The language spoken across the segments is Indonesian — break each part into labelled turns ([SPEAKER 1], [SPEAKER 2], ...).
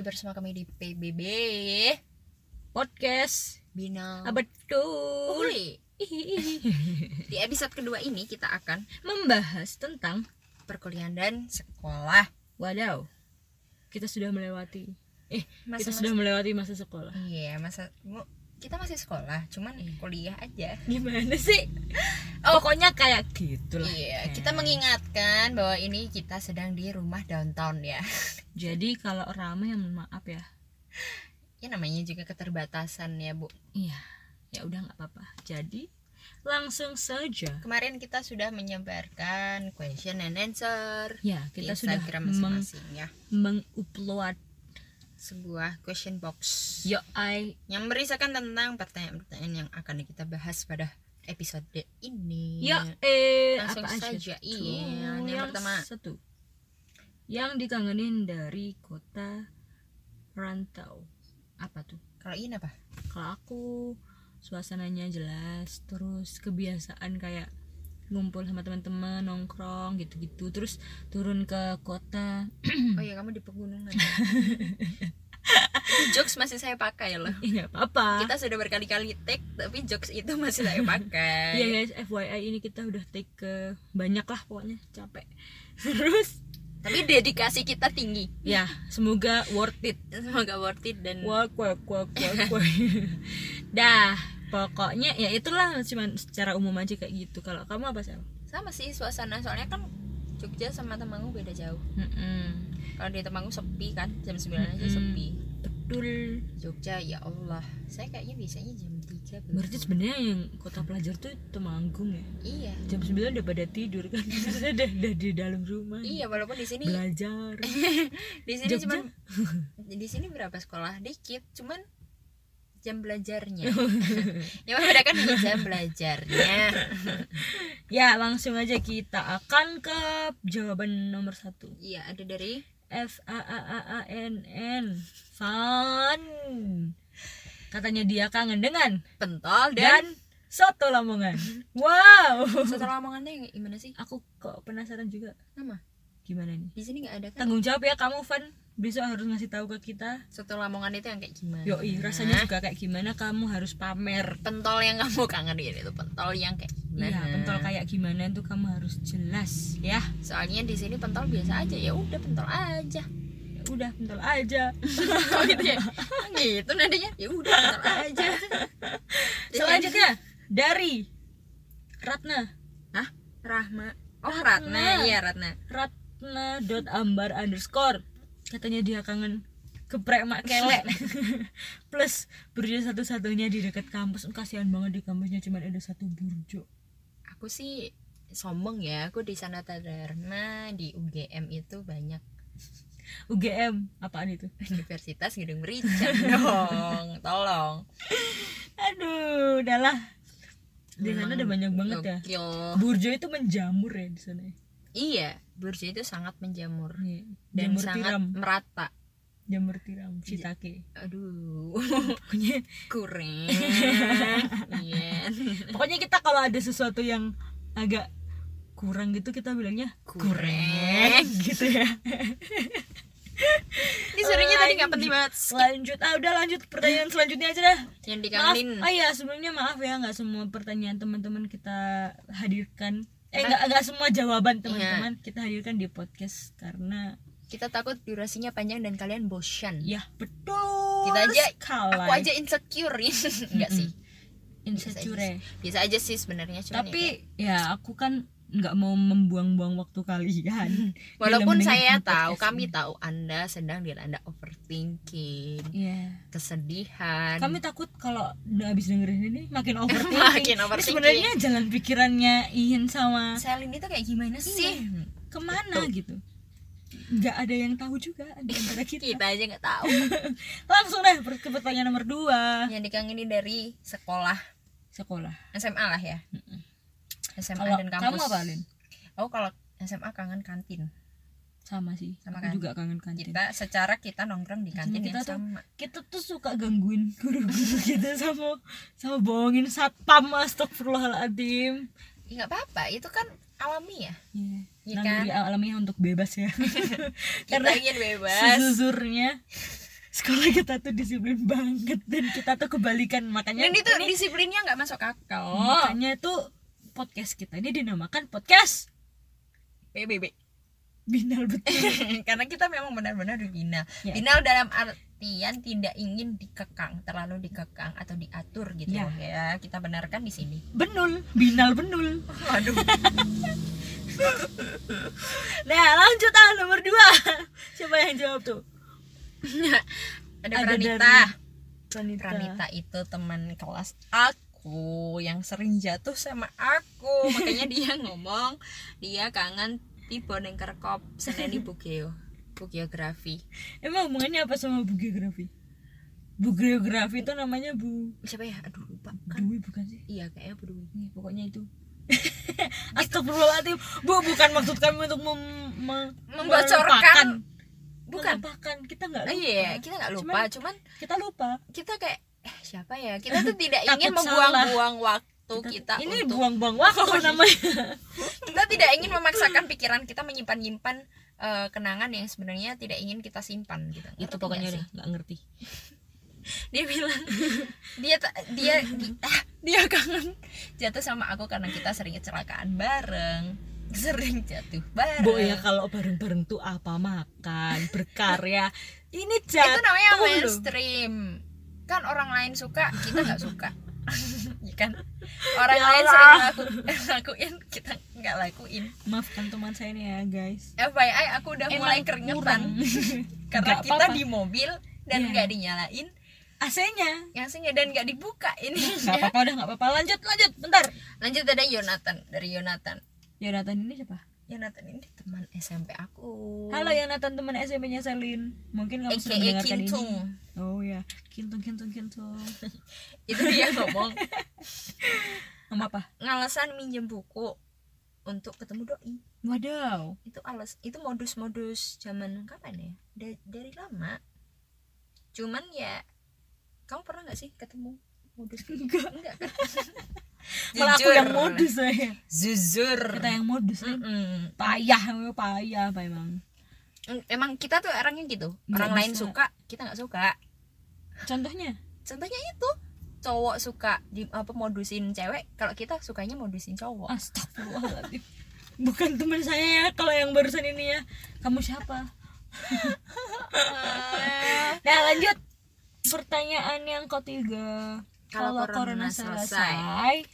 [SPEAKER 1] bersama kami di PBB
[SPEAKER 2] podcast
[SPEAKER 1] Bina
[SPEAKER 2] abad betul
[SPEAKER 1] Uli. Di episode kedua ini kita akan
[SPEAKER 2] membahas tentang
[SPEAKER 1] perkuliahan dan sekolah.
[SPEAKER 2] wadaw kita sudah melewati eh
[SPEAKER 1] Masa-
[SPEAKER 2] kita sudah melewati masa sekolah
[SPEAKER 1] Iya, masa mu- kita masih sekolah, cuman
[SPEAKER 2] Iya.
[SPEAKER 1] kuliah aja.
[SPEAKER 2] gimana sih pokoknya kayak gitu
[SPEAKER 1] Oh.
[SPEAKER 2] lah
[SPEAKER 1] Iya, kita mengingatkan bahwa ini kita sedang di rumah downtown ya.
[SPEAKER 2] jadi kalau ramai ya mohon maaf ya
[SPEAKER 1] Ya namanya juga keterbatasan ya, Bu.
[SPEAKER 2] iya ya udah nggak apa-apa jadi langsung saja
[SPEAKER 1] Kemarin kita sudah menyebarkan question and answer
[SPEAKER 2] ya
[SPEAKER 1] di
[SPEAKER 2] kita sudah
[SPEAKER 1] Instagram
[SPEAKER 2] meng-
[SPEAKER 1] masing-masing ya.
[SPEAKER 2] mengupload
[SPEAKER 1] Sebuah question box
[SPEAKER 2] yo I
[SPEAKER 1] yang merisaukan tentang pertanyaan-pertanyaan yang akan kita bahas pada episode ini.
[SPEAKER 2] yo eh
[SPEAKER 1] Iya. Langsung
[SPEAKER 2] apa
[SPEAKER 1] saja,
[SPEAKER 2] aja tuh?
[SPEAKER 1] iya. Yang pertama.
[SPEAKER 2] satu yang dikangenin dari kota rantau apa tuh
[SPEAKER 1] Kalau ini apa?
[SPEAKER 2] kalau aku suasananya jelas terus kebiasaan kayak ngumpul sama teman-teman nongkrong gitu-gitu terus turun ke kota
[SPEAKER 1] Oh iya, kamu di pegunungan. Itu jokes masih saya pakai loh.
[SPEAKER 2] eh nggak apa-apa
[SPEAKER 1] Kita sudah berkali-kali take, tapi jokes itu masih saya pakai.
[SPEAKER 2] Iya guys, FYI ini kita udah take ke banyak lah pokoknya capek. Terus
[SPEAKER 1] Tapi dedikasi kita tinggi.
[SPEAKER 2] ya semoga worth it.
[SPEAKER 1] Semoga worth it dan
[SPEAKER 2] Work work work work work. Dah pokoknya ya itulah cuman secara umum aja kayak gitu. Kalau kamu apa sih?
[SPEAKER 1] sama sih suasana soalnya kan Jogja sama Temanggung beda jauh. Kalau di Temanggung sepi kan, jam 9 aja
[SPEAKER 2] Mm-mm.
[SPEAKER 1] sepi.
[SPEAKER 2] Betul.
[SPEAKER 1] Jogja ya Allah. Saya kayaknya biasanya jam 3 belum
[SPEAKER 2] Berarti
[SPEAKER 1] pulang.
[SPEAKER 2] sebenarnya yang kota pelajar tuh Temanggung ya.
[SPEAKER 1] Iya.
[SPEAKER 2] Jam 9 udah pada tidur kan. Maksudnya udah, udah di dalam rumah.
[SPEAKER 1] Iya, walaupun di sini
[SPEAKER 2] Belajar.
[SPEAKER 1] di sini
[SPEAKER 2] Jogja.
[SPEAKER 1] cuman di sini berapa sekolah dikit, cuman jam belajarnya. yang membedakan hanya kan jam belajarnya.
[SPEAKER 2] Ya langsung aja kita akan ke jawaban nomor satu.
[SPEAKER 1] Iya, ada dari
[SPEAKER 2] F A A A A N N fun katanya dia kangen dengan
[SPEAKER 1] pentol dan,
[SPEAKER 2] dan soto Lamongan wow
[SPEAKER 1] setelah omongannya yang gimana sih?
[SPEAKER 2] aku kok penasaran juga
[SPEAKER 1] Nama?
[SPEAKER 2] gimana nih
[SPEAKER 1] Di sini nggak ada kan?
[SPEAKER 2] tanggung jawab ya kamu Fan besok harus ngasih tahu ke kita
[SPEAKER 1] Soto Lamongan itu yang kayak gimana?
[SPEAKER 2] yoi rasanya juga kayak gimana kamu harus pamer
[SPEAKER 1] pentol yang kamu kangenin gitu, itu pentol yang kayak gimana?
[SPEAKER 2] Iya, pentol kayak gimana tuh kamu harus jelas ya.
[SPEAKER 1] Soalnya di sini pentol biasa aja ya udah pentol aja.
[SPEAKER 2] Ya Udah pentol aja.
[SPEAKER 1] Oh gitu ya. gitu nadanya. Ya udah pentol aja.
[SPEAKER 2] Selanjutnya dari Ratna
[SPEAKER 1] Hah? Rahma. Oh Ratna,
[SPEAKER 2] Ratna.
[SPEAKER 1] iya Ratna.
[SPEAKER 2] ratna.ambar underscore katanya dia kangen geprek mak kelek plus burjo satu-satunya di dekat kampus Oh, kasihan banget di kampusnya cuma ada satu burjo
[SPEAKER 1] Aku sih sombong ya, aku di sana Dharma di UGM itu banyak
[SPEAKER 2] UGM apaan itu
[SPEAKER 1] universitas gedung merica dong. Tolong.
[SPEAKER 2] aduh udahlah di sana ada banyak banget ya
[SPEAKER 1] Gokil.
[SPEAKER 2] burjo itu menjamur ya di sana ya.
[SPEAKER 1] Iya, Burjo itu sangat menjamur
[SPEAKER 2] Iya,
[SPEAKER 1] dan
[SPEAKER 2] jamur
[SPEAKER 1] sangat
[SPEAKER 2] tiram
[SPEAKER 1] merata.
[SPEAKER 2] jamur tiram citake
[SPEAKER 1] Aduh,
[SPEAKER 2] pokoknya
[SPEAKER 1] kurang. Iya.
[SPEAKER 2] pokoknya kita kalau ada sesuatu yang agak kurang gitu kita bilangnya kurang
[SPEAKER 1] Kurang.
[SPEAKER 2] gitu ya
[SPEAKER 1] Ini serunya tadi nggak penting banget.
[SPEAKER 2] lanjut ah udah lanjut pertanyaan selanjutnya aja dah
[SPEAKER 1] Yang
[SPEAKER 2] maaf
[SPEAKER 1] dikangenin.
[SPEAKER 2] ah ya sebelumnya maaf ya nggak semua pertanyaan teman-teman kita hadirkan eh nggak nggak semua jawaban teman-teman
[SPEAKER 1] Iya.
[SPEAKER 2] kita hadirkan di podcast karena
[SPEAKER 1] Kita takut durasinya panjang dan kalian bosan.
[SPEAKER 2] ya betul
[SPEAKER 1] Kita aja-
[SPEAKER 2] sekali.
[SPEAKER 1] Aku aja insecure Enggak sih.
[SPEAKER 2] insecure
[SPEAKER 1] Biasa aja sih sebenarnya cuman ya
[SPEAKER 2] tapi ya aku kan nggak mau membuang-buang waktu kalian
[SPEAKER 1] kayak- walaupun
[SPEAKER 2] dalam
[SPEAKER 1] saya
[SPEAKER 2] mendengarkan
[SPEAKER 1] tahu,
[SPEAKER 2] podcast
[SPEAKER 1] kami
[SPEAKER 2] ini.
[SPEAKER 1] tahu Anda sedang dilanda overthinking,
[SPEAKER 2] Iya.
[SPEAKER 1] kesedihan.
[SPEAKER 2] kami takut kalau udah habis dengerin ini makin overthinking.
[SPEAKER 1] Makin
[SPEAKER 2] Ini
[SPEAKER 1] overthinking.
[SPEAKER 2] Sebenarnya jalan pikirannya Ian sama
[SPEAKER 1] Selin itu kayak gimana sih?
[SPEAKER 2] kemana gitu. Nggak ada yang tahu juga di antara kita.
[SPEAKER 1] Kita aja nggak tahu.
[SPEAKER 2] Iya. Langsung deh per- ke pertanyaan nomor dua
[SPEAKER 1] Yang dikangenin dari sekolah
[SPEAKER 2] sekolah.
[SPEAKER 1] SMA lah ya. SMA
[SPEAKER 2] Kalau
[SPEAKER 1] dan
[SPEAKER 2] kamu
[SPEAKER 1] kampus.
[SPEAKER 2] apa Lin?
[SPEAKER 1] Oh, kalau SMA kangen kantin.
[SPEAKER 2] Sama sih.
[SPEAKER 1] Sama
[SPEAKER 2] aku
[SPEAKER 1] kan?
[SPEAKER 2] juga kangen kantin. Kita,
[SPEAKER 1] Kita secara kita nongkrong di kantin
[SPEAKER 2] Kita
[SPEAKER 1] yang sama.
[SPEAKER 2] tuh- tuh suka gangguin guru-guru gitu sama sama bohongin satpam astagfirullahaladzim.
[SPEAKER 1] Ya nggak apa-apa, itu kan alami ya.
[SPEAKER 2] Iya.
[SPEAKER 1] Iya
[SPEAKER 2] Nah,
[SPEAKER 1] kan?
[SPEAKER 2] alamiah untuk bebas ya.
[SPEAKER 1] Kita ingin bebas.
[SPEAKER 2] Sejujurnya sekolah kita tuh disiplin banget dan kita tuh kebalikan makanya
[SPEAKER 1] Dan itu disiplinnya nggak masuk akal.
[SPEAKER 2] makanya tuh podcast kita ini dinamakan podcast
[SPEAKER 1] PBB.
[SPEAKER 2] binal Eh, betul
[SPEAKER 1] Karena kita memang benar-benar binal.
[SPEAKER 2] Ya.
[SPEAKER 1] Binal dalam artian tidak ingin dikekang, terlalu dikekang atau diatur gitu
[SPEAKER 2] Ya.
[SPEAKER 1] ya. kita benarkan di sini.
[SPEAKER 2] benul binal benul
[SPEAKER 1] Waduh.
[SPEAKER 2] nah lanjut ah nomor dua siapa yang jawab tuh
[SPEAKER 1] Ada
[SPEAKER 2] Ada dari-
[SPEAKER 1] Pranita.
[SPEAKER 2] Pranita,
[SPEAKER 1] Pranita itu teman kelas aku yang sering jatuh sama aku. Makanya dia ngomong dia kangen tipe neng kerkop senen ibu geo. Bu geografi.
[SPEAKER 2] emang hubungannya apa sama bu geografi bu geografi itu namanya bu
[SPEAKER 1] Siapa ya? Aduh lupa.
[SPEAKER 2] Dwi bukan sih
[SPEAKER 1] Iya kayaknya Bu Dwi.
[SPEAKER 2] Nih, pokoknya itu Astagfirullahaladzim Bu bukan maksud kami untuk mem, me- Hmm, melupakan.
[SPEAKER 1] Membocorkan. Bukan.
[SPEAKER 2] Melupakan. Kita nggak
[SPEAKER 1] Ah,
[SPEAKER 2] lupa
[SPEAKER 1] Iya, kita nggak lupa, cuman
[SPEAKER 2] Kita lupa
[SPEAKER 1] kita kayak eh siapa ya? Kita tuh tidak ingin
[SPEAKER 2] Takut
[SPEAKER 1] membuang-buang waktu kita
[SPEAKER 2] Ini
[SPEAKER 1] untuk
[SPEAKER 2] buang-buang waktu namanya
[SPEAKER 1] kita tidak ingin memaksakan pikiran kita menyimpan-nyimpan eh, kenangan yang sebenarnya tidak ingin kita simpan gitu. Ngerti
[SPEAKER 2] Itu
[SPEAKER 1] nggak
[SPEAKER 2] pokoknya
[SPEAKER 1] sih?
[SPEAKER 2] udah nggak ngerti
[SPEAKER 1] dia bilang dia ta- dia di- ah, dia kangen jatuh sama aku karena kita sering kecelakaan bareng sering jatuh bareng
[SPEAKER 2] Bu ya kalau bareng-bareng tuh apa makan Berkarya Ini jatuh
[SPEAKER 1] itu namanya
[SPEAKER 2] loh.
[SPEAKER 1] mainstream kan orang lain suka kita nggak suka Ya kan orang
[SPEAKER 2] Ya
[SPEAKER 1] lain
[SPEAKER 2] Allah.
[SPEAKER 1] sering laku- lakuin kita nggak lakuin
[SPEAKER 2] Maafkan teman saya nih ya guys
[SPEAKER 1] FYI aku udah mulai
[SPEAKER 2] Emang
[SPEAKER 1] keringetan
[SPEAKER 2] kurang.
[SPEAKER 1] karena
[SPEAKER 2] Nggak
[SPEAKER 1] kita
[SPEAKER 2] apa-apa.
[SPEAKER 1] di mobil dan
[SPEAKER 2] Iya.
[SPEAKER 1] nggak dinyalain
[SPEAKER 2] AC-nya
[SPEAKER 1] yang sehingga dan nggak dibuka ini
[SPEAKER 2] Gak apa-apa udah gak apa-apa Lanjut lanjut bentar
[SPEAKER 1] lanjut ada Yonatan dari Yonatan
[SPEAKER 2] Yonatan ini siapa?
[SPEAKER 1] Yonatan ini teman SMP aku.
[SPEAKER 2] Halo Yonatan teman SMP-nya Selin. Mungkin kamu sudah
[SPEAKER 1] AKA
[SPEAKER 2] mendengarkan ini.
[SPEAKER 1] Kintung.
[SPEAKER 2] Oh ya, kintung kintung kintung.
[SPEAKER 1] Itu dia ngomong
[SPEAKER 2] Sama apa?
[SPEAKER 1] ngalasan minjem buku untuk ketemu doi.
[SPEAKER 2] Waduh.
[SPEAKER 1] Itu alas itu modus-modus zaman kapan ya? Da- dari lama. Cuman ya kamu pernah nggak sih ketemu modus kayak gitu? enggak kan?
[SPEAKER 2] Malah aku yang modus saya.
[SPEAKER 1] Jujur.
[SPEAKER 2] Kita yang modus.
[SPEAKER 1] Hmm.
[SPEAKER 2] ya.
[SPEAKER 1] Mm-mm.
[SPEAKER 2] Payah, memang payah apa emang.
[SPEAKER 1] Mm, Emang kita tuh orangnya gitu.
[SPEAKER 2] Nggak
[SPEAKER 1] Orang lain
[SPEAKER 2] bisa.
[SPEAKER 1] suka, kita nggak suka.
[SPEAKER 2] Contohnya?
[SPEAKER 1] Contohnya itu cowok suka di apa modusin cewek, kalau kita sukanya modusin cowok.
[SPEAKER 2] Astagfirullahaladzim. Bukan teman saya ya kalau yang barusan ini ya. Kamu siapa?
[SPEAKER 1] Ah.
[SPEAKER 2] Nah lanjut. Pertanyaan yang ketiga.
[SPEAKER 1] Kalau corona selesai,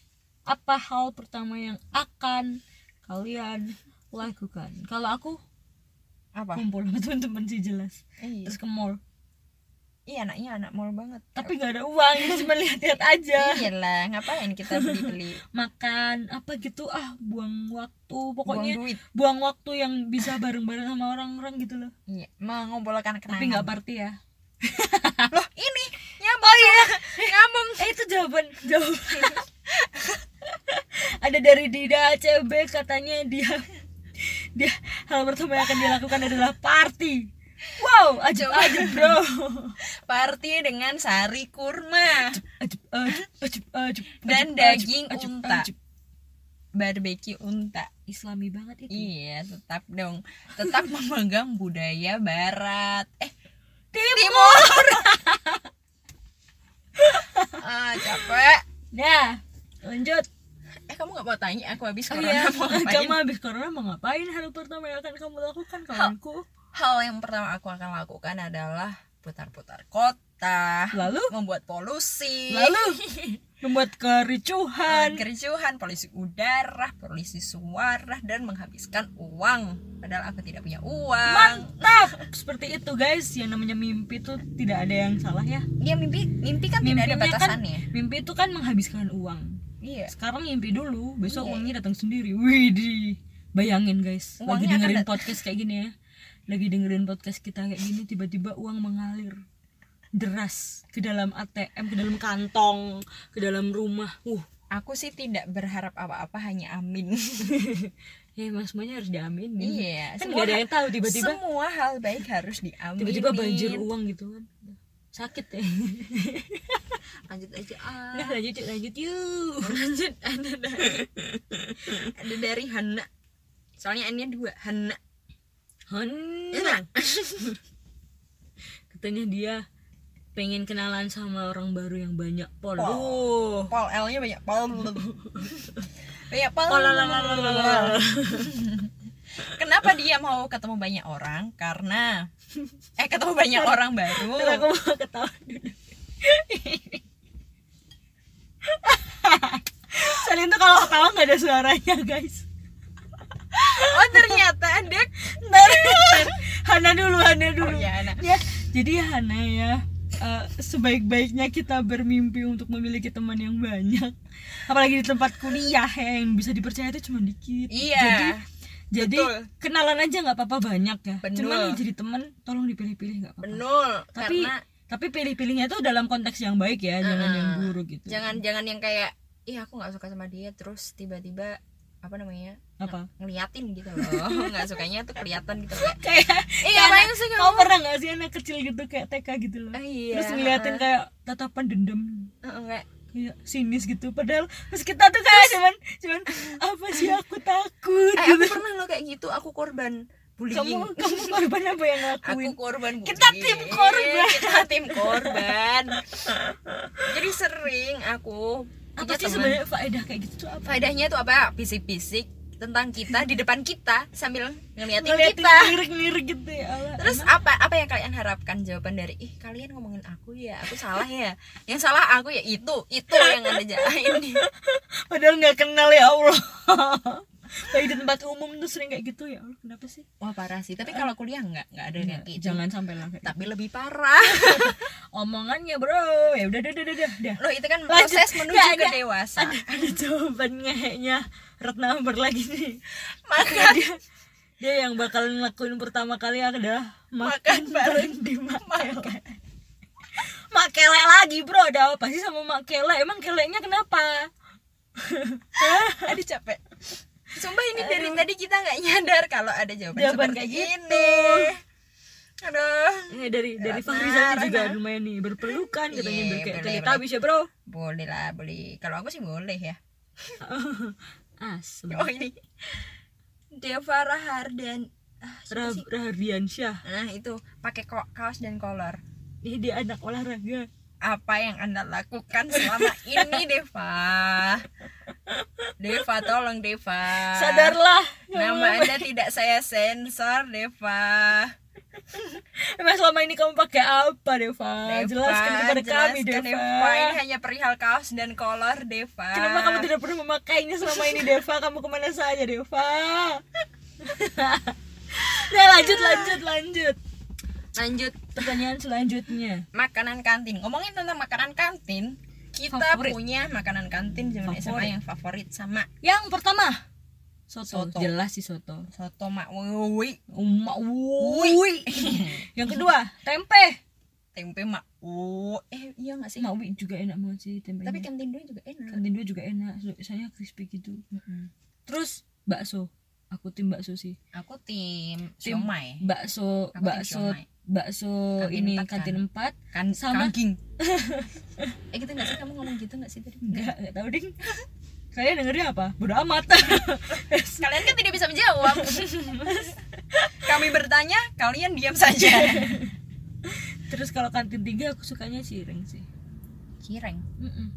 [SPEAKER 2] apa hal pertama yang akan kalian lakukan? Kalau aku
[SPEAKER 1] apa
[SPEAKER 2] kumpul sama teman-teman sih jelas
[SPEAKER 1] iya.
[SPEAKER 2] terus ke mall
[SPEAKER 1] Iya, anaknya anak mall banget
[SPEAKER 2] tapi nggak ada uang jadi cuma lihat-lihat aja
[SPEAKER 1] iya lah ngapain kita beli beli
[SPEAKER 2] makan apa gitu ah buang waktu
[SPEAKER 1] buang
[SPEAKER 2] pokoknya buang,
[SPEAKER 1] duit
[SPEAKER 2] waktu yang bisa bareng-bareng sama orang-orang gitu loh
[SPEAKER 1] iya mengumpulkan kenangan
[SPEAKER 2] tapi nggak party ya
[SPEAKER 1] loh ini nyambung ya nyambung
[SPEAKER 2] eh itu jawaban jawaban ada dari Dida ACB katanya dia dia hal pertama yang akan dilakukan adalah party wow ajib
[SPEAKER 1] Coba.
[SPEAKER 2] ajib bro
[SPEAKER 1] party dengan sari kurma
[SPEAKER 2] ajib ajib ajib ajib
[SPEAKER 1] Dan
[SPEAKER 2] ajib,
[SPEAKER 1] daging
[SPEAKER 2] ajib,
[SPEAKER 1] unta.
[SPEAKER 2] ajib.
[SPEAKER 1] barbeque unta
[SPEAKER 2] islami banget itu
[SPEAKER 1] iya tetap dong tetap memegang budaya barat eh
[SPEAKER 2] Timur.
[SPEAKER 1] ah capek
[SPEAKER 2] Nah, lanjut.
[SPEAKER 1] eh kamu nggak mau tanya aku habis
[SPEAKER 2] Oh
[SPEAKER 1] corona
[SPEAKER 2] iya,
[SPEAKER 1] mau ngapain
[SPEAKER 2] kamu habis corona mau ngapain? Hal pertama yang akan kamu lakukan kawanku.
[SPEAKER 1] hal yang pertama aku akan lakukan adalah putar-putar kota
[SPEAKER 2] Lalu,
[SPEAKER 1] membuat polusi
[SPEAKER 2] lalu membuat kericuhan.
[SPEAKER 1] kericuhan, polisi udara, polisi suara, dan menghabiskan uang. Padahal aku tidak punya uang.
[SPEAKER 2] Mantap. Seperti itu guys, yang namanya mimpi itu tidak ada yang salah ya.
[SPEAKER 1] Ya mimpi, mimpi kan tidak ada
[SPEAKER 2] Mimpinya kan,
[SPEAKER 1] batasannya.
[SPEAKER 2] mimpi itu kan menghabiskan uang.
[SPEAKER 1] Iya.
[SPEAKER 2] Sekarang mimpi dulu,
[SPEAKER 1] Iya.
[SPEAKER 2] besok uangnya datang sendiri. Widih. Bayangin guys, lagi
[SPEAKER 1] Uangnya akan
[SPEAKER 2] dengerin
[SPEAKER 1] dat-
[SPEAKER 2] podcast kayak gini ya. Lagi dengerin podcast kita kayak gini tiba-tiba uang mengalir deras ke dalam ATM, ke dalam kantong, ke dalam rumah. Uh,
[SPEAKER 1] Aku sih tidak berharap apa-apa, hanya amin.
[SPEAKER 2] ya emang semuanya harus diaminin.
[SPEAKER 1] Iya,
[SPEAKER 2] Kan
[SPEAKER 1] semua-
[SPEAKER 2] gak ada yang tahu tiba-tiba
[SPEAKER 1] Semua hal baik harus diaminin.
[SPEAKER 2] tiba-tiba banjir uang gitu kan. Sakit ya.
[SPEAKER 1] Lanjut aja. ah.
[SPEAKER 2] Nah, lanjut yuk, lanjut yuk.
[SPEAKER 1] Lanjut ada dari ada dari Hana. Soalnya ini dua Hana.
[SPEAKER 2] Hana.
[SPEAKER 1] Hana.
[SPEAKER 2] katanya dia pengen kenalan sama orang baru yang banyak pol.
[SPEAKER 1] Pol.
[SPEAKER 2] Duh.
[SPEAKER 1] Pol L-nya banyak pol. banyak pol.
[SPEAKER 2] Polalalalala.
[SPEAKER 1] Kenapa dia mau ketemu banyak orang? Karena eh ketemu banyak orang baru.
[SPEAKER 2] Ntar aku mau ketawa dulu. Salin tuh kalau ketawa nggak ada suaranya guys.
[SPEAKER 1] Oh ternyata ada
[SPEAKER 2] Ntar, ntar. Hana dulu, Hana dulu.
[SPEAKER 1] Oh, ya, Hana.
[SPEAKER 2] Ya, jadi Hana ya, eh, sebaik-baiknya kita bermimpi untuk memiliki teman yang banyak. Apalagi di tempat kuliah ya, yang bisa dipercaya itu cuma dikit.
[SPEAKER 1] Iya.
[SPEAKER 2] Jadi, jadi
[SPEAKER 1] Betul.
[SPEAKER 2] kenalan aja nggak apa-apa banyak ya.
[SPEAKER 1] Bener.
[SPEAKER 2] Cuman yang jadi teman tolong dipilih-pilih nggak apa-apa.
[SPEAKER 1] benul
[SPEAKER 2] Tapi
[SPEAKER 1] karena
[SPEAKER 2] tapi pilih-pilihnya itu dalam konteks yang baik ya, jangan yang buruk gitu.
[SPEAKER 1] jangan jangan yang kayak ih aku nggak suka sama dia terus tiba-tiba apa namanya
[SPEAKER 2] Apa?
[SPEAKER 1] ngeliatin gitu loh nggak sukanya tuh kelihatan gitu kayak
[SPEAKER 2] Kayak
[SPEAKER 1] iya apaan sih kamu
[SPEAKER 2] Kamu pernah gak sih anak kecil gitu kayak TK gitu loh
[SPEAKER 1] Ah, iya.
[SPEAKER 2] Terus ngeliatin kayak tatapan dendam
[SPEAKER 1] Heeh, kayak
[SPEAKER 2] Kayak sinis gitu Padahal terus kita tuh kayak cuman Cuman apa sih aku takut
[SPEAKER 1] eh aku
[SPEAKER 2] gitu
[SPEAKER 1] pernah loh kayak gitu aku korban bullying
[SPEAKER 2] Kamu kamu korban apa yang
[SPEAKER 1] aku
[SPEAKER 2] ngelakuin
[SPEAKER 1] korban bullying.
[SPEAKER 2] Kita tim korban.
[SPEAKER 1] kita tim korban jadi sering aku punya
[SPEAKER 2] Apa sih
[SPEAKER 1] teman.
[SPEAKER 2] sebenarnya faedah kayak gitu tuh apa?
[SPEAKER 1] faedahnya tuh apa bisik-bisik tentang kita di depan kita sambil ngeliatin
[SPEAKER 2] Ngeliatin
[SPEAKER 1] kita
[SPEAKER 2] lirik-lirik gitu ya Allah
[SPEAKER 1] Terus apa apa yang kalian harapkan jawaban dari ih kalian ngomongin aku ya aku salah ya yang salah aku ya itu itu yang anda jalanin
[SPEAKER 2] Padahal gak kenal ya Allah Kayak di tempat umum tuh sering kayak gitu ya Allah kenapa sih?
[SPEAKER 1] wah parah sih tapi kalau kuliah nggak nggak ada yang kayak gitu
[SPEAKER 2] Jangan sampai lah kayak gitu.
[SPEAKER 1] tapi lebih parah
[SPEAKER 2] Omongannya bro Ya udah udah udah udah udah
[SPEAKER 1] loh itu kan
[SPEAKER 2] Lanjut.
[SPEAKER 1] proses menuju
[SPEAKER 2] Nggak
[SPEAKER 1] ke
[SPEAKER 2] ada.
[SPEAKER 1] dewasa
[SPEAKER 2] ada ada jawaban ngeheknya Retna Amber lagi nih
[SPEAKER 1] makan
[SPEAKER 2] dia dia yang bakal ngelakuin pertama kali adalah
[SPEAKER 1] Makan
[SPEAKER 2] makan,
[SPEAKER 1] bareng.
[SPEAKER 2] bareng di makele makele lagi bro ada apa sih sama makele emang keleknya kenapa
[SPEAKER 1] aduh capek sumpah ini dari tadi kita nggak nyadar kalau ada jawaban,
[SPEAKER 2] Jawaban
[SPEAKER 1] seperti
[SPEAKER 2] kayak gitu.
[SPEAKER 1] ini aduh
[SPEAKER 2] Eh, dari dari
[SPEAKER 1] Ratna,
[SPEAKER 2] Fahri Zaki juga
[SPEAKER 1] Ratna.
[SPEAKER 2] lumayan nih berpelukan katanya
[SPEAKER 1] Iya,
[SPEAKER 2] yeah, kayak
[SPEAKER 1] boleh,
[SPEAKER 2] teletabis ya bro
[SPEAKER 1] boleh lah boleh kalau aku sih boleh ya
[SPEAKER 2] asem
[SPEAKER 1] oh ini Deva Rahardan ah, siapa
[SPEAKER 2] Ra-
[SPEAKER 1] sih?
[SPEAKER 2] Rahardiansyah
[SPEAKER 1] Nah itu pakai ko- kaos dan kolor.
[SPEAKER 2] ini dia anak olahraga
[SPEAKER 1] Apa yang anda lakukan selama ini Deva? Deva tolong Deva.
[SPEAKER 2] sadarlah
[SPEAKER 1] Ah,
[SPEAKER 2] Ya
[SPEAKER 1] Nama anda tidak saya sensor Deva.
[SPEAKER 2] Emang selama ini kamu pakai apa Deva?
[SPEAKER 1] Deva,
[SPEAKER 2] jelaskan Eh, kan kepada kami Deva.
[SPEAKER 1] jelaskan, Ini kan hanya perihal kaos dan kolor Deva.
[SPEAKER 2] Kenapa kamu tidak pernah memakainya selama ini Deva? Kamu kemana saja Deva? nah lanjut lanjut lanjut.
[SPEAKER 1] lanjut
[SPEAKER 2] Pertanyaan selanjutnya.
[SPEAKER 1] makanan kantin? Ngomongin tentang makanan kantin, kita
[SPEAKER 2] Favorit.
[SPEAKER 1] punya makanan kantin zaman SMA
[SPEAKER 2] Favorit.
[SPEAKER 1] yang favorit sama
[SPEAKER 2] Yang pertama soto.
[SPEAKER 1] Soto.
[SPEAKER 2] Jelas sih soto.
[SPEAKER 1] soto mak Wui.
[SPEAKER 2] Umak wui. Yang kedua tempe.
[SPEAKER 1] tempe mak Wui. eh iya nggak sih?
[SPEAKER 2] Umak wui juga enak banget sih tempe.
[SPEAKER 1] tapi kantin dua juga enak
[SPEAKER 2] kantin dua juga enak. Soalnya crispy gitu. Terus bakso. Aku tim bakso sih.
[SPEAKER 1] aku tim
[SPEAKER 2] Tim
[SPEAKER 1] siomay
[SPEAKER 2] bakso
[SPEAKER 1] Aku tim
[SPEAKER 2] bakso
[SPEAKER 1] siomay.
[SPEAKER 2] bakso
[SPEAKER 1] Kantin
[SPEAKER 2] ini
[SPEAKER 1] empat kan?
[SPEAKER 2] kantin empat Hmm.
[SPEAKER 1] kan
[SPEAKER 2] Sama.
[SPEAKER 1] kangking eh kita nggak sih kamu ngomong gitu nggak sih tadi
[SPEAKER 2] enggak enggak tahu ding kalian dengernya apa bodo amat
[SPEAKER 1] kalian kan tidak bisa menjawab kami bertanya kalian diam saja
[SPEAKER 2] terus kalau kantin tiga aku sukanya cireng sih
[SPEAKER 1] cireng
[SPEAKER 2] Mm-mm.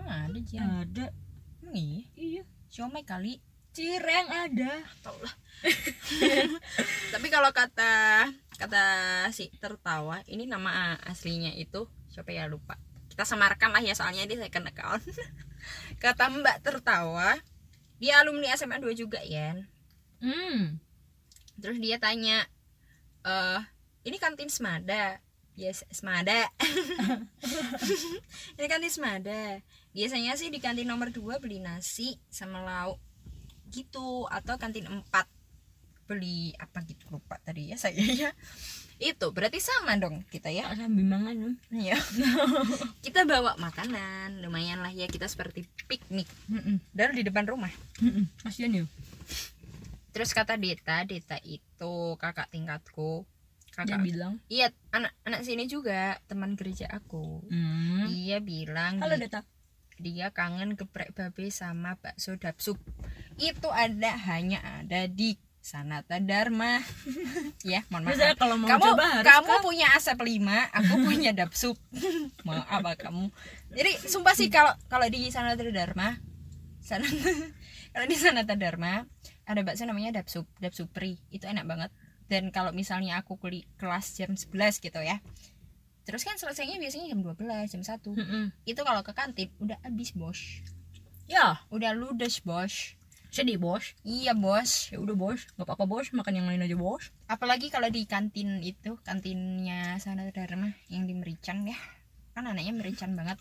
[SPEAKER 1] hmm, ada cireng
[SPEAKER 2] ada
[SPEAKER 1] hmm, iya
[SPEAKER 2] iya
[SPEAKER 1] siomay kali
[SPEAKER 2] cireng ada
[SPEAKER 1] tau lah tapi kalau kata kata si tertawa ini nama aslinya itu siapa ya lupa kita samarkan lah ya soalnya dia second account kata mbak tertawa dia alumni SMA 2 juga ya
[SPEAKER 2] hmm
[SPEAKER 1] terus dia tanya eh ini kantin semada yes semada ini kantin semada biasanya sih di kantin nomor 2 beli nasi sama lauk gitu atau kantin 4 beli apa gitu lupa tadi ya saya ya itu berarti sama dong kita ya
[SPEAKER 2] tak sambil mangan Om.
[SPEAKER 1] Iya. kita bawa makanan lumayan lah ya kita seperti piknik
[SPEAKER 2] Mm-mm.
[SPEAKER 1] dan di depan rumah
[SPEAKER 2] Mm-mm. kasian ya
[SPEAKER 1] terus kata Deta Deta itu kakak tingkatku
[SPEAKER 2] dia
[SPEAKER 1] kakak
[SPEAKER 2] bilang
[SPEAKER 1] Iya, anak anak sini juga teman gereja aku.
[SPEAKER 2] hmm.
[SPEAKER 1] Dia bilang
[SPEAKER 2] halo
[SPEAKER 1] di-
[SPEAKER 2] data
[SPEAKER 1] dia kangen geprek babe sama bakso dapsup. Itu ada hanya ada di Sanata Dharma ya mohon maaf
[SPEAKER 2] Biasanya kalau mau
[SPEAKER 1] kamu
[SPEAKER 2] coba harus kan-
[SPEAKER 1] kamu
[SPEAKER 2] ke-
[SPEAKER 1] punya asep 5 aku punya dapsup mau apa kamu jadi sumpah sih kalau kalau di Sanata Dharma sana kalau di Sanata Dharma ada bakso namanya dapsup dapsup pri itu enak banget dan kalau misalnya aku keli- kelas jam 11 gitu ya terus kan selesainya biasanya jam 12 jam 1
[SPEAKER 2] Mm-mm.
[SPEAKER 1] itu kalau ke kantin udah habis bos
[SPEAKER 2] Ya,
[SPEAKER 1] udah ludes bos
[SPEAKER 2] sedih bos.
[SPEAKER 1] iya bos
[SPEAKER 2] Ya udah bos, nggak apa-apa bos, makan yang lain aja bos.
[SPEAKER 1] apalagi kalau di kantin itu kantinnya sana dharma yang di merican ya kan anaknya merican banget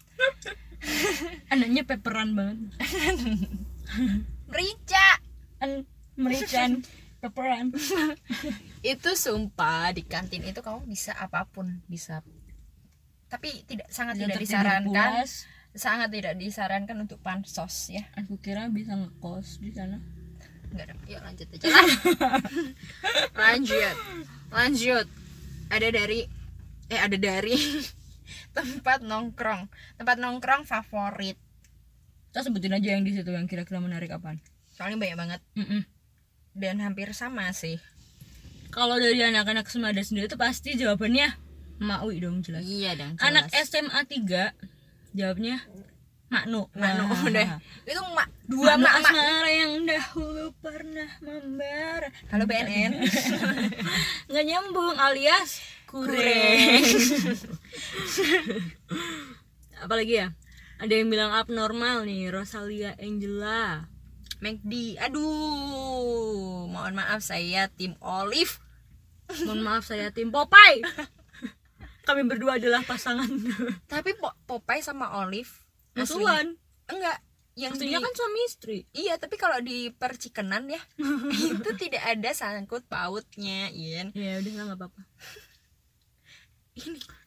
[SPEAKER 2] Anaknya peperan banget.
[SPEAKER 1] merica
[SPEAKER 2] An merican peperan.
[SPEAKER 1] itu sumpah di kantin itu kamu bisa apapun bisa tapi tidak sangat
[SPEAKER 2] Dia
[SPEAKER 1] tidak
[SPEAKER 2] tertidur
[SPEAKER 1] disarankan
[SPEAKER 2] pulas.
[SPEAKER 1] sangat tidak disarankan untuk pansos ya
[SPEAKER 2] Aku kira bisa ngekos di sana.
[SPEAKER 1] nggak ada yuk lanjut aja lah lanjut lanjut ada dari eh ada dari tempat nongkrong tempat nongkrong favorit
[SPEAKER 2] Kita sebutin aja yang di situ yang kira-kira menarik apaan.
[SPEAKER 1] soalnya banyak banget
[SPEAKER 2] Mm-mm.
[SPEAKER 1] dan hampir sama sih
[SPEAKER 2] Kalau dari anak-anak semada sendiri itu pasti jawabannya Maui dong jelas.
[SPEAKER 1] iya dong
[SPEAKER 2] Anak SMA 3 jawabnya Maknu.
[SPEAKER 1] Mano
[SPEAKER 2] Wah.
[SPEAKER 1] eh, udah itu mak dua
[SPEAKER 2] Dua
[SPEAKER 1] mak mak
[SPEAKER 2] asmara yang dahulu pernah membara.
[SPEAKER 1] halo BNN
[SPEAKER 2] Nggak nyambung alias kureng.
[SPEAKER 1] Kureng.
[SPEAKER 2] Apalagi ya? Ada yang bilang abnormal nih, Rosalia Angela.
[SPEAKER 1] McD aduh mohon maaf saya tim Olive
[SPEAKER 2] Mohon maaf saya tim Popeye. Kami berdua adalah pasangan
[SPEAKER 1] tapi Po- Popeye sama Olive aslinya-
[SPEAKER 2] musuhan.
[SPEAKER 1] enggak yang
[SPEAKER 2] Aslinya
[SPEAKER 1] di-
[SPEAKER 2] kan suami istri.
[SPEAKER 1] Iya, tapi kalau di percikenan ya itu tidak ada sangkut pautnya, Ian.
[SPEAKER 2] Ya udah lah, nggak apa-apa.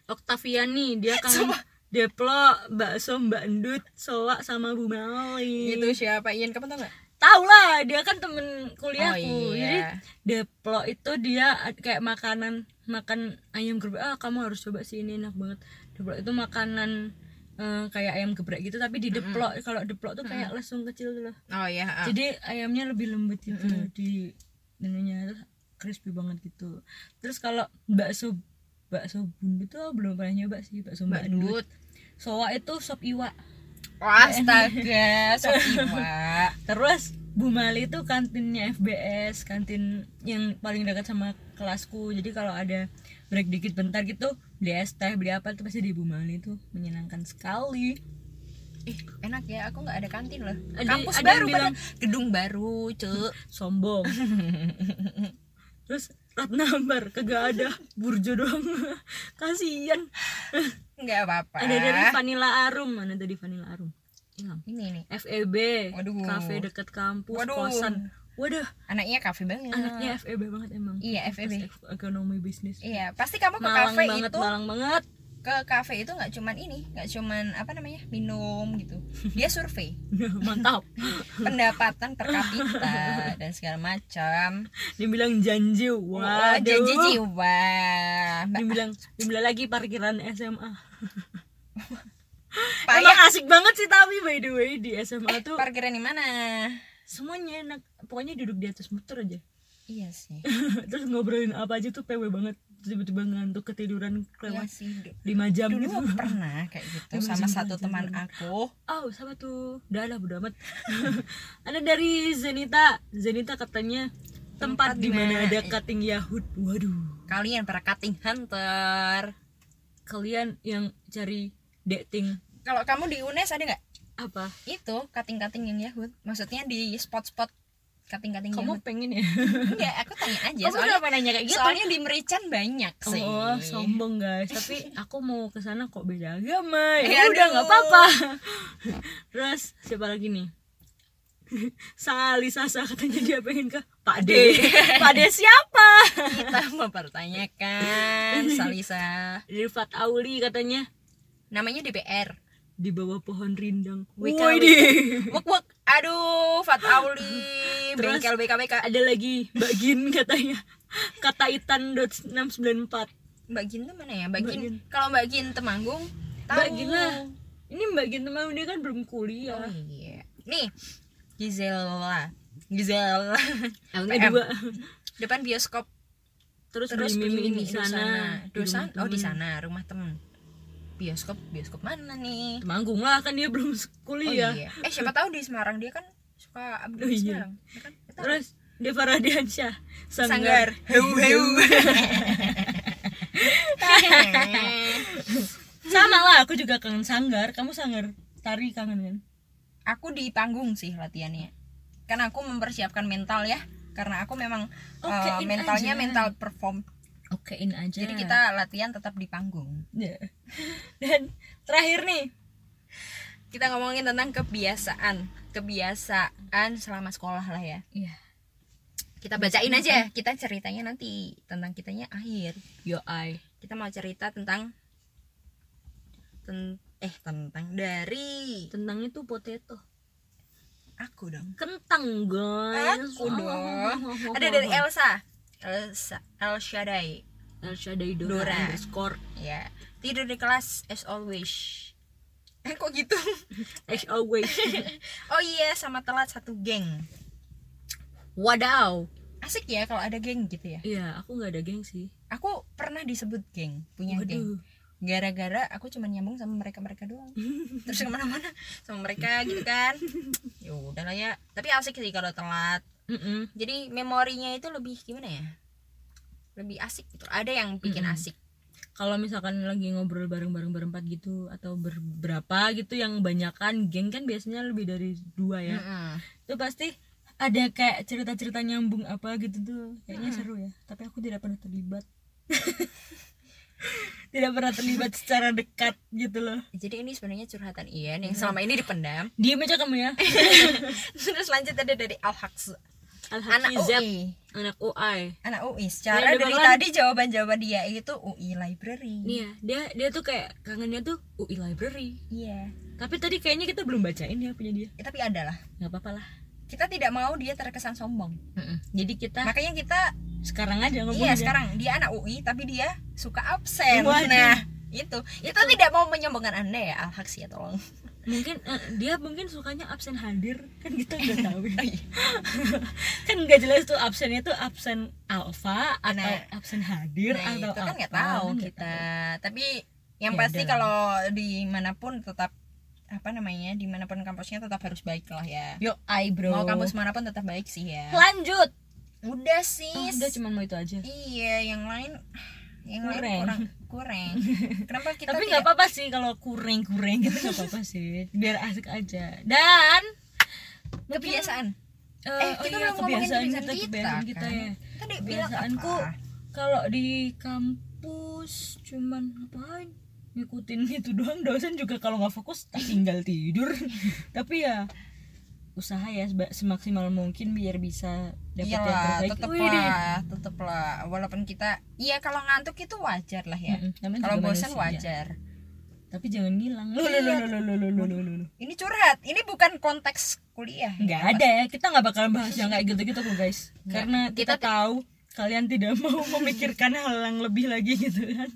[SPEAKER 2] Octavian nih dia kan
[SPEAKER 1] Sumpah.
[SPEAKER 2] Deplo, bakso, Mbak Endut, Soa sama Bu Mali.
[SPEAKER 1] Itu siapa Ian? Kamu tau nggak?
[SPEAKER 2] Tahu lah, dia kan temen kuliahku.
[SPEAKER 1] Oh, iya.
[SPEAKER 2] Jadi Deplo itu dia ad- kayak makanan makan ayam geprek. Ah, kamu harus coba sih ini enak banget. Deplo itu makanan eh, kayak ayam geprek gitu tapi di Deplo. Kalau Deplo tuh kayak lesung kecil tuh loh.
[SPEAKER 1] Oh iya. ah.
[SPEAKER 2] Jadi ayamnya lebih lembut gitu di ininya terus crispy banget gitu. Terus kalau bakso bakso bun itu belum pernah nyoba sih bakso
[SPEAKER 1] Mbak
[SPEAKER 2] Mbak
[SPEAKER 1] Dut.
[SPEAKER 2] Endut. Soa itu sop iwak.
[SPEAKER 1] Wah, astaga, sok iwa.
[SPEAKER 2] Terus Bu Mali itu kantinnya FBS, kantin yang paling dekat sama kelasku. Jadi kalau ada break dikit bentar gitu, beli es teh, beli apa itu pasti di Bu Mali itu menyenangkan sekali.
[SPEAKER 1] Ih, enak ya, aku nggak ada kantin loh.
[SPEAKER 2] Ada-
[SPEAKER 1] Kampus
[SPEAKER 2] ada yang
[SPEAKER 1] baru,
[SPEAKER 2] bilang-
[SPEAKER 1] padahal. gedung baru, cuk.
[SPEAKER 2] Sombong. Terus Ratna Ambar kagak ada burjo doang. Kasihan.
[SPEAKER 1] Nggak apa-apa.
[SPEAKER 2] Ada dari Vanilla Arum, mana tadi Vanilla Arum? Hilang. E
[SPEAKER 1] Ini nih,
[SPEAKER 2] FEB,
[SPEAKER 1] Waduh.
[SPEAKER 2] kafe dekat kampus,
[SPEAKER 1] Waduh.
[SPEAKER 2] kosan. Waduh,
[SPEAKER 1] anaknya kafe banget.
[SPEAKER 2] anaknya FEB banget emang.
[SPEAKER 1] Iya, FEB.
[SPEAKER 2] Fakultas Ekonomi bisnis.
[SPEAKER 1] Iya, pasti kamu ke
[SPEAKER 2] malang
[SPEAKER 1] kafe
[SPEAKER 2] banget
[SPEAKER 1] itu
[SPEAKER 2] malang banget
[SPEAKER 1] ke kafe itu nggak cuman ini, nggak cuman apa namanya minum gitu. Dia survei.
[SPEAKER 2] mantap
[SPEAKER 1] pendapatan per kapita dan segala macam.
[SPEAKER 2] dibilang janji
[SPEAKER 1] Wah, Oh,
[SPEAKER 2] waduh
[SPEAKER 1] janji jiwa. Mbak,
[SPEAKER 2] dibilang dibilang lagi parkiran SMA emang
[SPEAKER 1] Payah Eh,
[SPEAKER 2] asik banget sih tapi by the way di SMA tuh
[SPEAKER 1] parkiran di mana?
[SPEAKER 2] semuanya enak pokoknya duduk di atas motor aja
[SPEAKER 1] Iya sih.
[SPEAKER 2] terus ngobrolin apa aja tuh PW banget Terus tiba-tiba ngantuk ketiduran
[SPEAKER 1] Iya
[SPEAKER 2] kelewat
[SPEAKER 1] sih. Du-
[SPEAKER 2] 5 jam
[SPEAKER 1] Dulu
[SPEAKER 2] gitu
[SPEAKER 1] aku pernah kayak gitu
[SPEAKER 2] Lima
[SPEAKER 1] sama
[SPEAKER 2] jam,
[SPEAKER 1] satu
[SPEAKER 2] lima jam,
[SPEAKER 1] teman
[SPEAKER 2] lima
[SPEAKER 1] aku.
[SPEAKER 2] oh sama tuh udah lah bodo amat ada dari Zenita Zenita katanya tempat,
[SPEAKER 1] Tempat
[SPEAKER 2] di mana
[SPEAKER 1] dimana-
[SPEAKER 2] ada cutting Yahud waduh
[SPEAKER 1] Kalian para cutting hunter.
[SPEAKER 2] kalian yang cari dating
[SPEAKER 1] Kalau kamu di UNES ada nggak?
[SPEAKER 2] apa
[SPEAKER 1] Itu cutting-cutting yang Yahud. Maksudnya di spot-spot cutting-cutting Yahud.
[SPEAKER 2] kamu pengen ya
[SPEAKER 1] Enggak, aku tanya aja.
[SPEAKER 2] Kamu
[SPEAKER 1] Ya, Soalnya,
[SPEAKER 2] kenapa nanya kayak gitu?
[SPEAKER 1] soalnya di Merican banyak sih.
[SPEAKER 2] oh sombong guys tapi aku mau ke sana kok beda agama
[SPEAKER 1] Eh,
[SPEAKER 2] ya udah
[SPEAKER 1] aduh.
[SPEAKER 2] nggak apa-apa terus siapa lagi nih Sali Sasa katanya dia pengen ke Pak D Pak D siapa
[SPEAKER 1] Kita mempertanyakan Salisa.
[SPEAKER 2] Rifat Auli katanya
[SPEAKER 1] Namanya DPR.
[SPEAKER 2] di bawah pohon rindang
[SPEAKER 1] Wika, wika.
[SPEAKER 2] Woi, deh.
[SPEAKER 1] Wuk wuk. Aduh, Fat Auli.
[SPEAKER 2] Terus-
[SPEAKER 1] Bengkel BK BK.
[SPEAKER 2] ada lagi Mbak Gin katanya kata Itan 694
[SPEAKER 1] Mbak Gin tuh mana ya? Mbak
[SPEAKER 2] Mbak
[SPEAKER 1] Gin.
[SPEAKER 2] Gin.
[SPEAKER 1] Kalau Mbak Gin Temanggung, tahu.
[SPEAKER 2] Mbak Gin lah ini Mbak Gin teman dia kan belum kuliah
[SPEAKER 1] Oh iya. Nih, Gisela.
[SPEAKER 2] Gizel
[SPEAKER 1] PM.
[SPEAKER 2] kedua
[SPEAKER 1] Depan bioskop
[SPEAKER 2] Eh, terus,
[SPEAKER 1] terus beli
[SPEAKER 2] beli mie di sana
[SPEAKER 1] di sana.
[SPEAKER 2] rumah
[SPEAKER 1] Oh di
[SPEAKER 2] temen.
[SPEAKER 1] sana rumah temen. Bioskop bioskop mana nih?
[SPEAKER 2] Temanggung lah kan dia belum
[SPEAKER 1] Oh
[SPEAKER 2] kuliah
[SPEAKER 1] iya. Eh siapa tahu di Semarang dia kan suka abdi
[SPEAKER 2] Oh,
[SPEAKER 1] di
[SPEAKER 2] iya.
[SPEAKER 1] Semarang. Ya kan? Kita
[SPEAKER 2] terus Deva Radiansyah
[SPEAKER 1] sanggar. Heu heu.
[SPEAKER 2] sama lah aku juga kangen sanggar kamu sanggar tari kangen kan
[SPEAKER 1] aku di panggung sih latihannya. Karena aku mempersiapkan mental ya. Karena aku memang eh,
[SPEAKER 2] Okein
[SPEAKER 1] mentalnya
[SPEAKER 2] aja.
[SPEAKER 1] mental perform.
[SPEAKER 2] okein aja
[SPEAKER 1] Jadi kita latihan tetap di panggung.
[SPEAKER 2] Ya. dan terakhir nih
[SPEAKER 1] Kita ngomongin tentang kebiasaan, kebiasaan selama sekolah lah ya.
[SPEAKER 2] ya
[SPEAKER 1] Kita bacain aja, kita ceritanya nanti tentang kitanya akhir.
[SPEAKER 2] yo I
[SPEAKER 1] Kita mau cerita tentang ten- eh tentang dari
[SPEAKER 2] tentang itu potato
[SPEAKER 1] aku dong.
[SPEAKER 2] kentang guys
[SPEAKER 1] Aku
[SPEAKER 2] Oh.
[SPEAKER 1] dong. Ada dari Elsa. Elsa El Shaddai.
[SPEAKER 2] Elsa dari Dora,
[SPEAKER 1] Dora.
[SPEAKER 2] underscore
[SPEAKER 1] Ya. Tidur di kelas as always. Eh kok gitu?
[SPEAKER 2] as always
[SPEAKER 1] Oh iya, sama telat satu geng. Wadaw. Asik ya kalau ada geng gitu ya.
[SPEAKER 2] Iya, aku nggak ada geng sih.
[SPEAKER 1] Aku pernah disebut geng, punya Iya, geng.
[SPEAKER 2] Waduh.
[SPEAKER 1] Gara-gara aku cuma nyambung sama mereka-mereka doang. Terus kemana-mana sama mereka gitu kan. Ya udah lah ya. Tapi asik sih kalau telat.
[SPEAKER 2] Mm-mm.
[SPEAKER 1] Jadi memorinya itu lebih gimana ya? Lebih asik gitu. Ada yang bikin
[SPEAKER 2] Mm-mm.
[SPEAKER 1] asik.
[SPEAKER 2] Kalau misalkan lagi ngobrol bareng-bareng berempat gitu atau berberapa gitu yang banyakan geng kan biasanya lebih dari dua ya.
[SPEAKER 1] Mm-mm.
[SPEAKER 2] Itu pasti ada kayak cerita-cerita nyambung apa gitu tuh.
[SPEAKER 1] Hmm.
[SPEAKER 2] Kayaknya seru ya. Tapi aku tidak pernah terlibat. tidak pernah terlibat secara dekat gitu loh.
[SPEAKER 1] Jadi ini sebenarnya curhatan Ian yang selama ini dipendam.
[SPEAKER 2] Diam aja kamu ya.
[SPEAKER 1] Terus lanjut ada dari Al Haqs. Anak
[SPEAKER 2] Anak UI.
[SPEAKER 1] UI.
[SPEAKER 2] Anak UI.
[SPEAKER 1] Anak UI. Secara
[SPEAKER 2] Random
[SPEAKER 1] dari
[SPEAKER 2] banget.
[SPEAKER 1] tadi jawaban-jawaban dia itu UI library.
[SPEAKER 2] Nih ya, dia dia tuh kayak kangennya tuh UI library.
[SPEAKER 1] Iya.
[SPEAKER 2] Tapi tadi kayaknya kita belum bacain ya punya dia.
[SPEAKER 1] Ya, tapi ada lah.
[SPEAKER 2] nggak apa-apa lah
[SPEAKER 1] Kita tidak mau dia terkesan sombong.
[SPEAKER 2] jadi kita
[SPEAKER 1] Makanya kita
[SPEAKER 2] sekarang aja ngomong
[SPEAKER 1] iya
[SPEAKER 2] aja.
[SPEAKER 1] sekarang dia anak UI tapi dia suka absen.
[SPEAKER 2] Waduh.
[SPEAKER 1] Nah, itu. Kita tidak mau menyombongkan Anda ya Al Haqs ya tolong.
[SPEAKER 2] mungkin eh, dia mungkin sukanya absen hadir kan kita nggak tahu
[SPEAKER 1] Oh, iya.
[SPEAKER 2] kan nggak jelas tuh absennya tuh absen alfa atau
[SPEAKER 1] Nah.
[SPEAKER 2] absen hadir
[SPEAKER 1] Nah,
[SPEAKER 2] atau
[SPEAKER 1] itu kan nggak tahu
[SPEAKER 2] apa, kan nggak
[SPEAKER 1] kita tapi yang
[SPEAKER 2] Ya,
[SPEAKER 1] pasti
[SPEAKER 2] udah.
[SPEAKER 1] kalau dimanapun tetap apa namanya dimanapun kampusnya tetap harus baik lah ya
[SPEAKER 2] tahu. yo ay bro
[SPEAKER 1] mau kampus manapun tetap baik sih ya
[SPEAKER 2] lanjut
[SPEAKER 1] udah
[SPEAKER 2] Oh,
[SPEAKER 1] sih
[SPEAKER 2] udah cuma mau itu aja
[SPEAKER 1] iya yang lain yang lain
[SPEAKER 2] Kurang.
[SPEAKER 1] kurang kurang kenapa kita
[SPEAKER 2] tapi nggak
[SPEAKER 1] tidak
[SPEAKER 2] apa-apa sih kalau kuring kuring gitu nggak apa-apa sih biar asik aja dan mungkin,
[SPEAKER 1] kebiasaan
[SPEAKER 2] eh,
[SPEAKER 1] kita
[SPEAKER 2] oh iya,
[SPEAKER 1] belum ngomongin
[SPEAKER 2] kebiasaan
[SPEAKER 1] kebiasaan
[SPEAKER 2] kita
[SPEAKER 1] kita,
[SPEAKER 2] kebiasaan kita
[SPEAKER 1] kan?
[SPEAKER 2] ya
[SPEAKER 1] tadi bilang Ah.
[SPEAKER 2] kebiasaanku
[SPEAKER 1] apa?
[SPEAKER 2] kalau di kampus cuman ngapain ngikutin gitu doang dosen juga kalau nggak fokus tak tinggal tidur tapi ya usaha ya seba- semaksimal mungkin biar bisa dapat yang
[SPEAKER 1] iyalah
[SPEAKER 2] terbaik
[SPEAKER 1] Iya tetep
[SPEAKER 2] Wih, deh.
[SPEAKER 1] lah tetep lah walaupun kita iya kalau ngantuk itu wajar lah ya
[SPEAKER 2] Mm-mm, namanya
[SPEAKER 1] kalau
[SPEAKER 2] juga
[SPEAKER 1] bosan
[SPEAKER 2] manusia.
[SPEAKER 1] wajar
[SPEAKER 2] tapi jangan ngilang lo lo lo lo lo lo lo lo
[SPEAKER 1] ini curhat ini bukan konteks kuliah ya.
[SPEAKER 2] nggak ada ya kita nggak bakal bahas yang kayak gitu gitu kok guys karena kita,
[SPEAKER 1] Kita-
[SPEAKER 2] tahu kalian tidak mau memikirkan hal yang lebih lagi gitu kan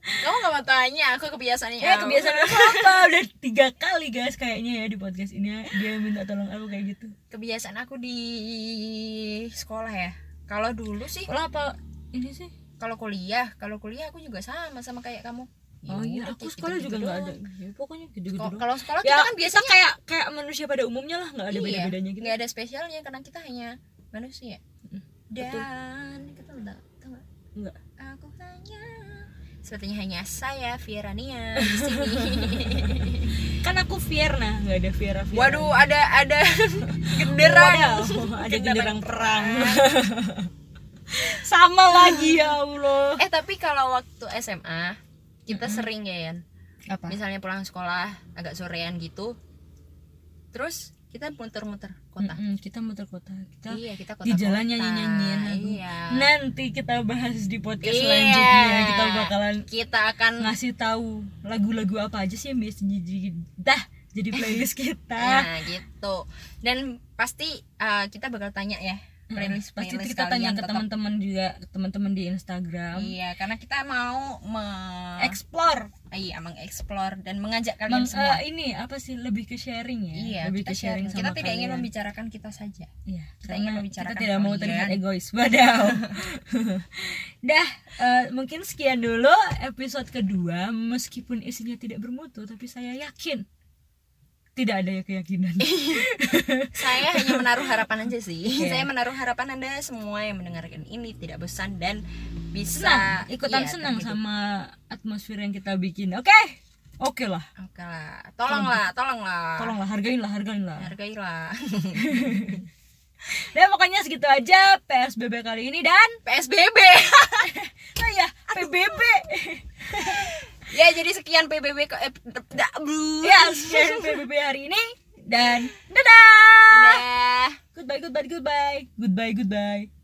[SPEAKER 1] kamu nggak mau tanya aku kebiasaannya
[SPEAKER 2] Ya kebiasaan aku apa? Udah tiga kali guys kayaknya ya di podcast ini dia minta tolong aku kayak gitu.
[SPEAKER 1] kebiasaan aku di sekolah ya kalau dulu sih
[SPEAKER 2] Lo apa ini sih?
[SPEAKER 1] kalau kuliah kalau kuliah aku juga sama sama kayak kamu Ya
[SPEAKER 2] Oh iya,
[SPEAKER 1] udah,
[SPEAKER 2] aku
[SPEAKER 1] kayak
[SPEAKER 2] sekolah
[SPEAKER 1] gitu-gitu
[SPEAKER 2] juga nggak ada.
[SPEAKER 1] doang.
[SPEAKER 2] Ya, pokoknya gitu-gitu
[SPEAKER 1] Ko-
[SPEAKER 2] doang.
[SPEAKER 1] kalau sekolah
[SPEAKER 2] Ya
[SPEAKER 1] kita kan biasanya
[SPEAKER 2] kayak kayak manusia pada umumnya lah nggak ada beda-bedanya gitu.
[SPEAKER 1] nggak ada spesialnya karena kita hanya manusia dan kita tahu tahu nggak?
[SPEAKER 2] Enggak.
[SPEAKER 1] aku hanya sepertinya hanya saya Fierania di sini
[SPEAKER 2] Kan aku Fierna, nggak ada Fiera. Fiera.
[SPEAKER 1] Waduh, ada ada genderang.
[SPEAKER 2] Wadaw, ada genderang Kan perang. Sama lagi ya Allah.
[SPEAKER 1] Eh, tapi kalau waktu SMA kita sering ya, Yan.
[SPEAKER 2] Apa?
[SPEAKER 1] Misalnya pulang sekolah agak sorean gitu. Terus kita muter-muter kota.
[SPEAKER 2] kita muter kota. Kita
[SPEAKER 1] Iya, kita kota.
[SPEAKER 2] di jalan nyanyi-nyanyian lagu.
[SPEAKER 1] Iya.
[SPEAKER 2] Nanti kita bahas di podcast
[SPEAKER 1] Iya.
[SPEAKER 2] selanjutnya kita bakalan
[SPEAKER 1] Kita akan
[SPEAKER 2] ngasih tahu lagu-lagu apa aja sih yang biasa jadi dah
[SPEAKER 1] Iya,
[SPEAKER 2] jadi playlist kita.
[SPEAKER 1] nah, gitu. Dan pasti eh, uh, kita bakal tanya ya playlist
[SPEAKER 2] pasti
[SPEAKER 1] playlist
[SPEAKER 2] kita
[SPEAKER 1] kalian
[SPEAKER 2] tanya ke
[SPEAKER 1] tetap-
[SPEAKER 2] teman-teman juga ke teman-teman di Instagram
[SPEAKER 1] Iya, karena kita mau me
[SPEAKER 2] explore
[SPEAKER 1] iya, mengeksplor dan mengajak kalian
[SPEAKER 2] Mem-
[SPEAKER 1] semua.
[SPEAKER 2] eh, ini apa sih lebih ke sharing ya
[SPEAKER 1] iya,
[SPEAKER 2] lebih
[SPEAKER 1] kita
[SPEAKER 2] ke sharing,
[SPEAKER 1] sharing. Kita
[SPEAKER 2] sama
[SPEAKER 1] tidak ingin
[SPEAKER 2] kalian.
[SPEAKER 1] membicarakan kita saja.
[SPEAKER 2] Iya,
[SPEAKER 1] Kita
[SPEAKER 2] karena
[SPEAKER 1] ingin membicarakan
[SPEAKER 2] kita tidak mau
[SPEAKER 1] kalian.
[SPEAKER 2] terlihat egois. Wadaw. Dah, eh, mungkin sekian dulu episode kedua. Meskipun isinya tidak bermutu, tapi saya yakin tidak ada keyakinan.
[SPEAKER 1] Saya hanya menaruh harapan aja sih.
[SPEAKER 2] Iya.
[SPEAKER 1] Saya menaruh harapan Anda semua yang mendengarkan ini tidak bosan dan bisa
[SPEAKER 2] senang, ikutan
[SPEAKER 1] iya,
[SPEAKER 2] senang
[SPEAKER 1] terhibur.
[SPEAKER 2] sama atmosfer yang kita bikin. Oke, oke lah,
[SPEAKER 1] Oke lah, tolonglah, tolonglah.
[SPEAKER 2] tolonglah hargain lah, hargain lah.
[SPEAKER 1] Iya. Hargailah.
[SPEAKER 2] Nah, pokoknya segitu aja PSBB kali ini dan
[SPEAKER 1] PSBB.
[SPEAKER 2] nah ya PBB.
[SPEAKER 1] ya, jadi sekian PBB ke eh, dak, blu.
[SPEAKER 2] ya, sekian PBB hari ini dan dadah.
[SPEAKER 1] Dadah.
[SPEAKER 2] Goodbye, goodbye, goodbye. Goodbye, goodbye.